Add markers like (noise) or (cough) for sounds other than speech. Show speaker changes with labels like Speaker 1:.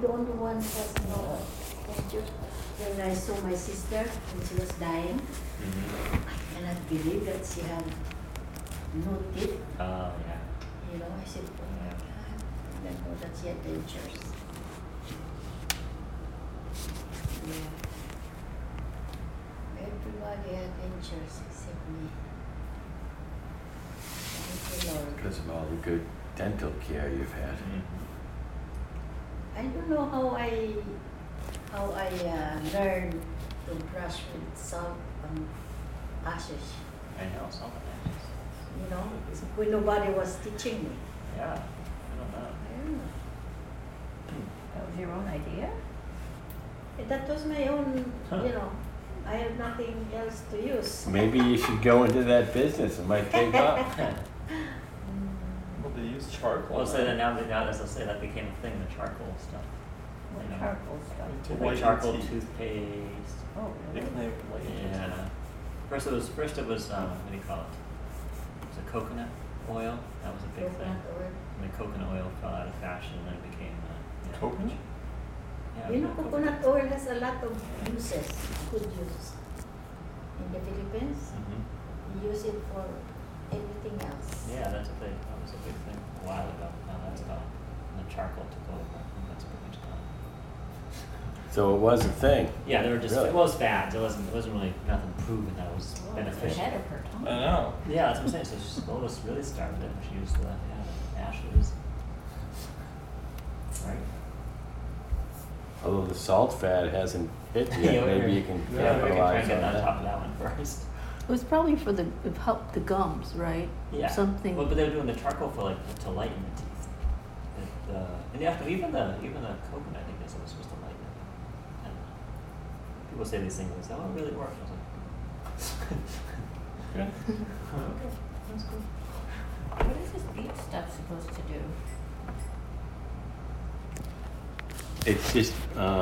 Speaker 1: The only one was no. Thank you. When I saw my sister when she was dying,
Speaker 2: Mm-hmm.
Speaker 1: I cannot believe that she had no teeth.
Speaker 2: Oh, yeah.
Speaker 1: You know, I said, oh my God, I didn't know that she had dentures. Yeah. Everybody had dentures except me. Thank you, Lord.
Speaker 3: Because of all the good dental care you've had.
Speaker 2: Mm-hmm.
Speaker 1: I don't know how I how I uh, learned to brush with salt and ashes.
Speaker 2: I know some of that.
Speaker 1: You know, when nobody was teaching me.
Speaker 2: Yeah. I don't know.
Speaker 1: I don't know.
Speaker 4: That was your own idea?
Speaker 1: And That was my own.
Speaker 2: Huh.
Speaker 1: You know, I have nothing else to use.
Speaker 3: Maybe you should go into that business. It might take
Speaker 2: (laughs)
Speaker 3: off.
Speaker 4: Mm,
Speaker 5: Well, they use charcoal.
Speaker 2: Well, so then
Speaker 5: now.
Speaker 2: now, now that's I'll say that became a thing, the charcoal stuff.
Speaker 4: What
Speaker 2: Yeah.
Speaker 4: charcoal stuff?
Speaker 5: To
Speaker 2: Like
Speaker 5: whiten
Speaker 2: charcoal
Speaker 5: teeth.
Speaker 2: toothpaste.
Speaker 4: Oh,
Speaker 5: They
Speaker 4: really?
Speaker 5: claim it like
Speaker 2: Yeah. First it was first it was um, what do you call it? It was a coconut oil. That was a big thing.
Speaker 1: Coconut oil.
Speaker 2: And the coconut oil fell out of fashion, and then it became uh, yeah.
Speaker 5: coconut.
Speaker 2: Yeah,
Speaker 1: You know, coconut oil has a lot of uses, good uses. In the Philippines,
Speaker 2: Mm-hmm.
Speaker 5: Hmm?
Speaker 1: we use it for everything else.
Speaker 2: Yeah, that's a big that was a big thing a while ago. Now that's gone. And the charcoal took over. And that's pretty much gone.
Speaker 3: So it was a thing.
Speaker 2: Yeah, they were just
Speaker 3: Really?
Speaker 2: it was fads. It wasn't it wasn't really nothing proven that was
Speaker 4: Well, it's
Speaker 2: beneficial.
Speaker 4: ahead of her
Speaker 5: I
Speaker 4: time.
Speaker 5: know.
Speaker 2: Yeah, that's what I'm saying. So she's Lotus really started it. She used the yeah, the ashes. Right.
Speaker 3: Although the salt fad hasn't
Speaker 2: (laughs)
Speaker 3: hit yet,
Speaker 2: Yeah,
Speaker 3: maybe
Speaker 2: we're-
Speaker 3: you can
Speaker 2: yeah, we can try
Speaker 3: capitalize
Speaker 2: and get
Speaker 3: on
Speaker 2: on top of
Speaker 3: that.
Speaker 2: that one first.
Speaker 6: It was probably for the it helped the gums, right?
Speaker 2: Yeah.
Speaker 6: Something.
Speaker 2: Well, but they're doing the charcoal for like to lighten the teeth. It, uh, and after even the even the coconut, I think that's what was supposed to lighten it. I don't know. People say these things like, "Oh, it really worked." I was like, (laughs)
Speaker 5: Yeah.
Speaker 2: "Okay, that's cool."
Speaker 4: What is this beet stuff supposed to do?
Speaker 3: It's just uh,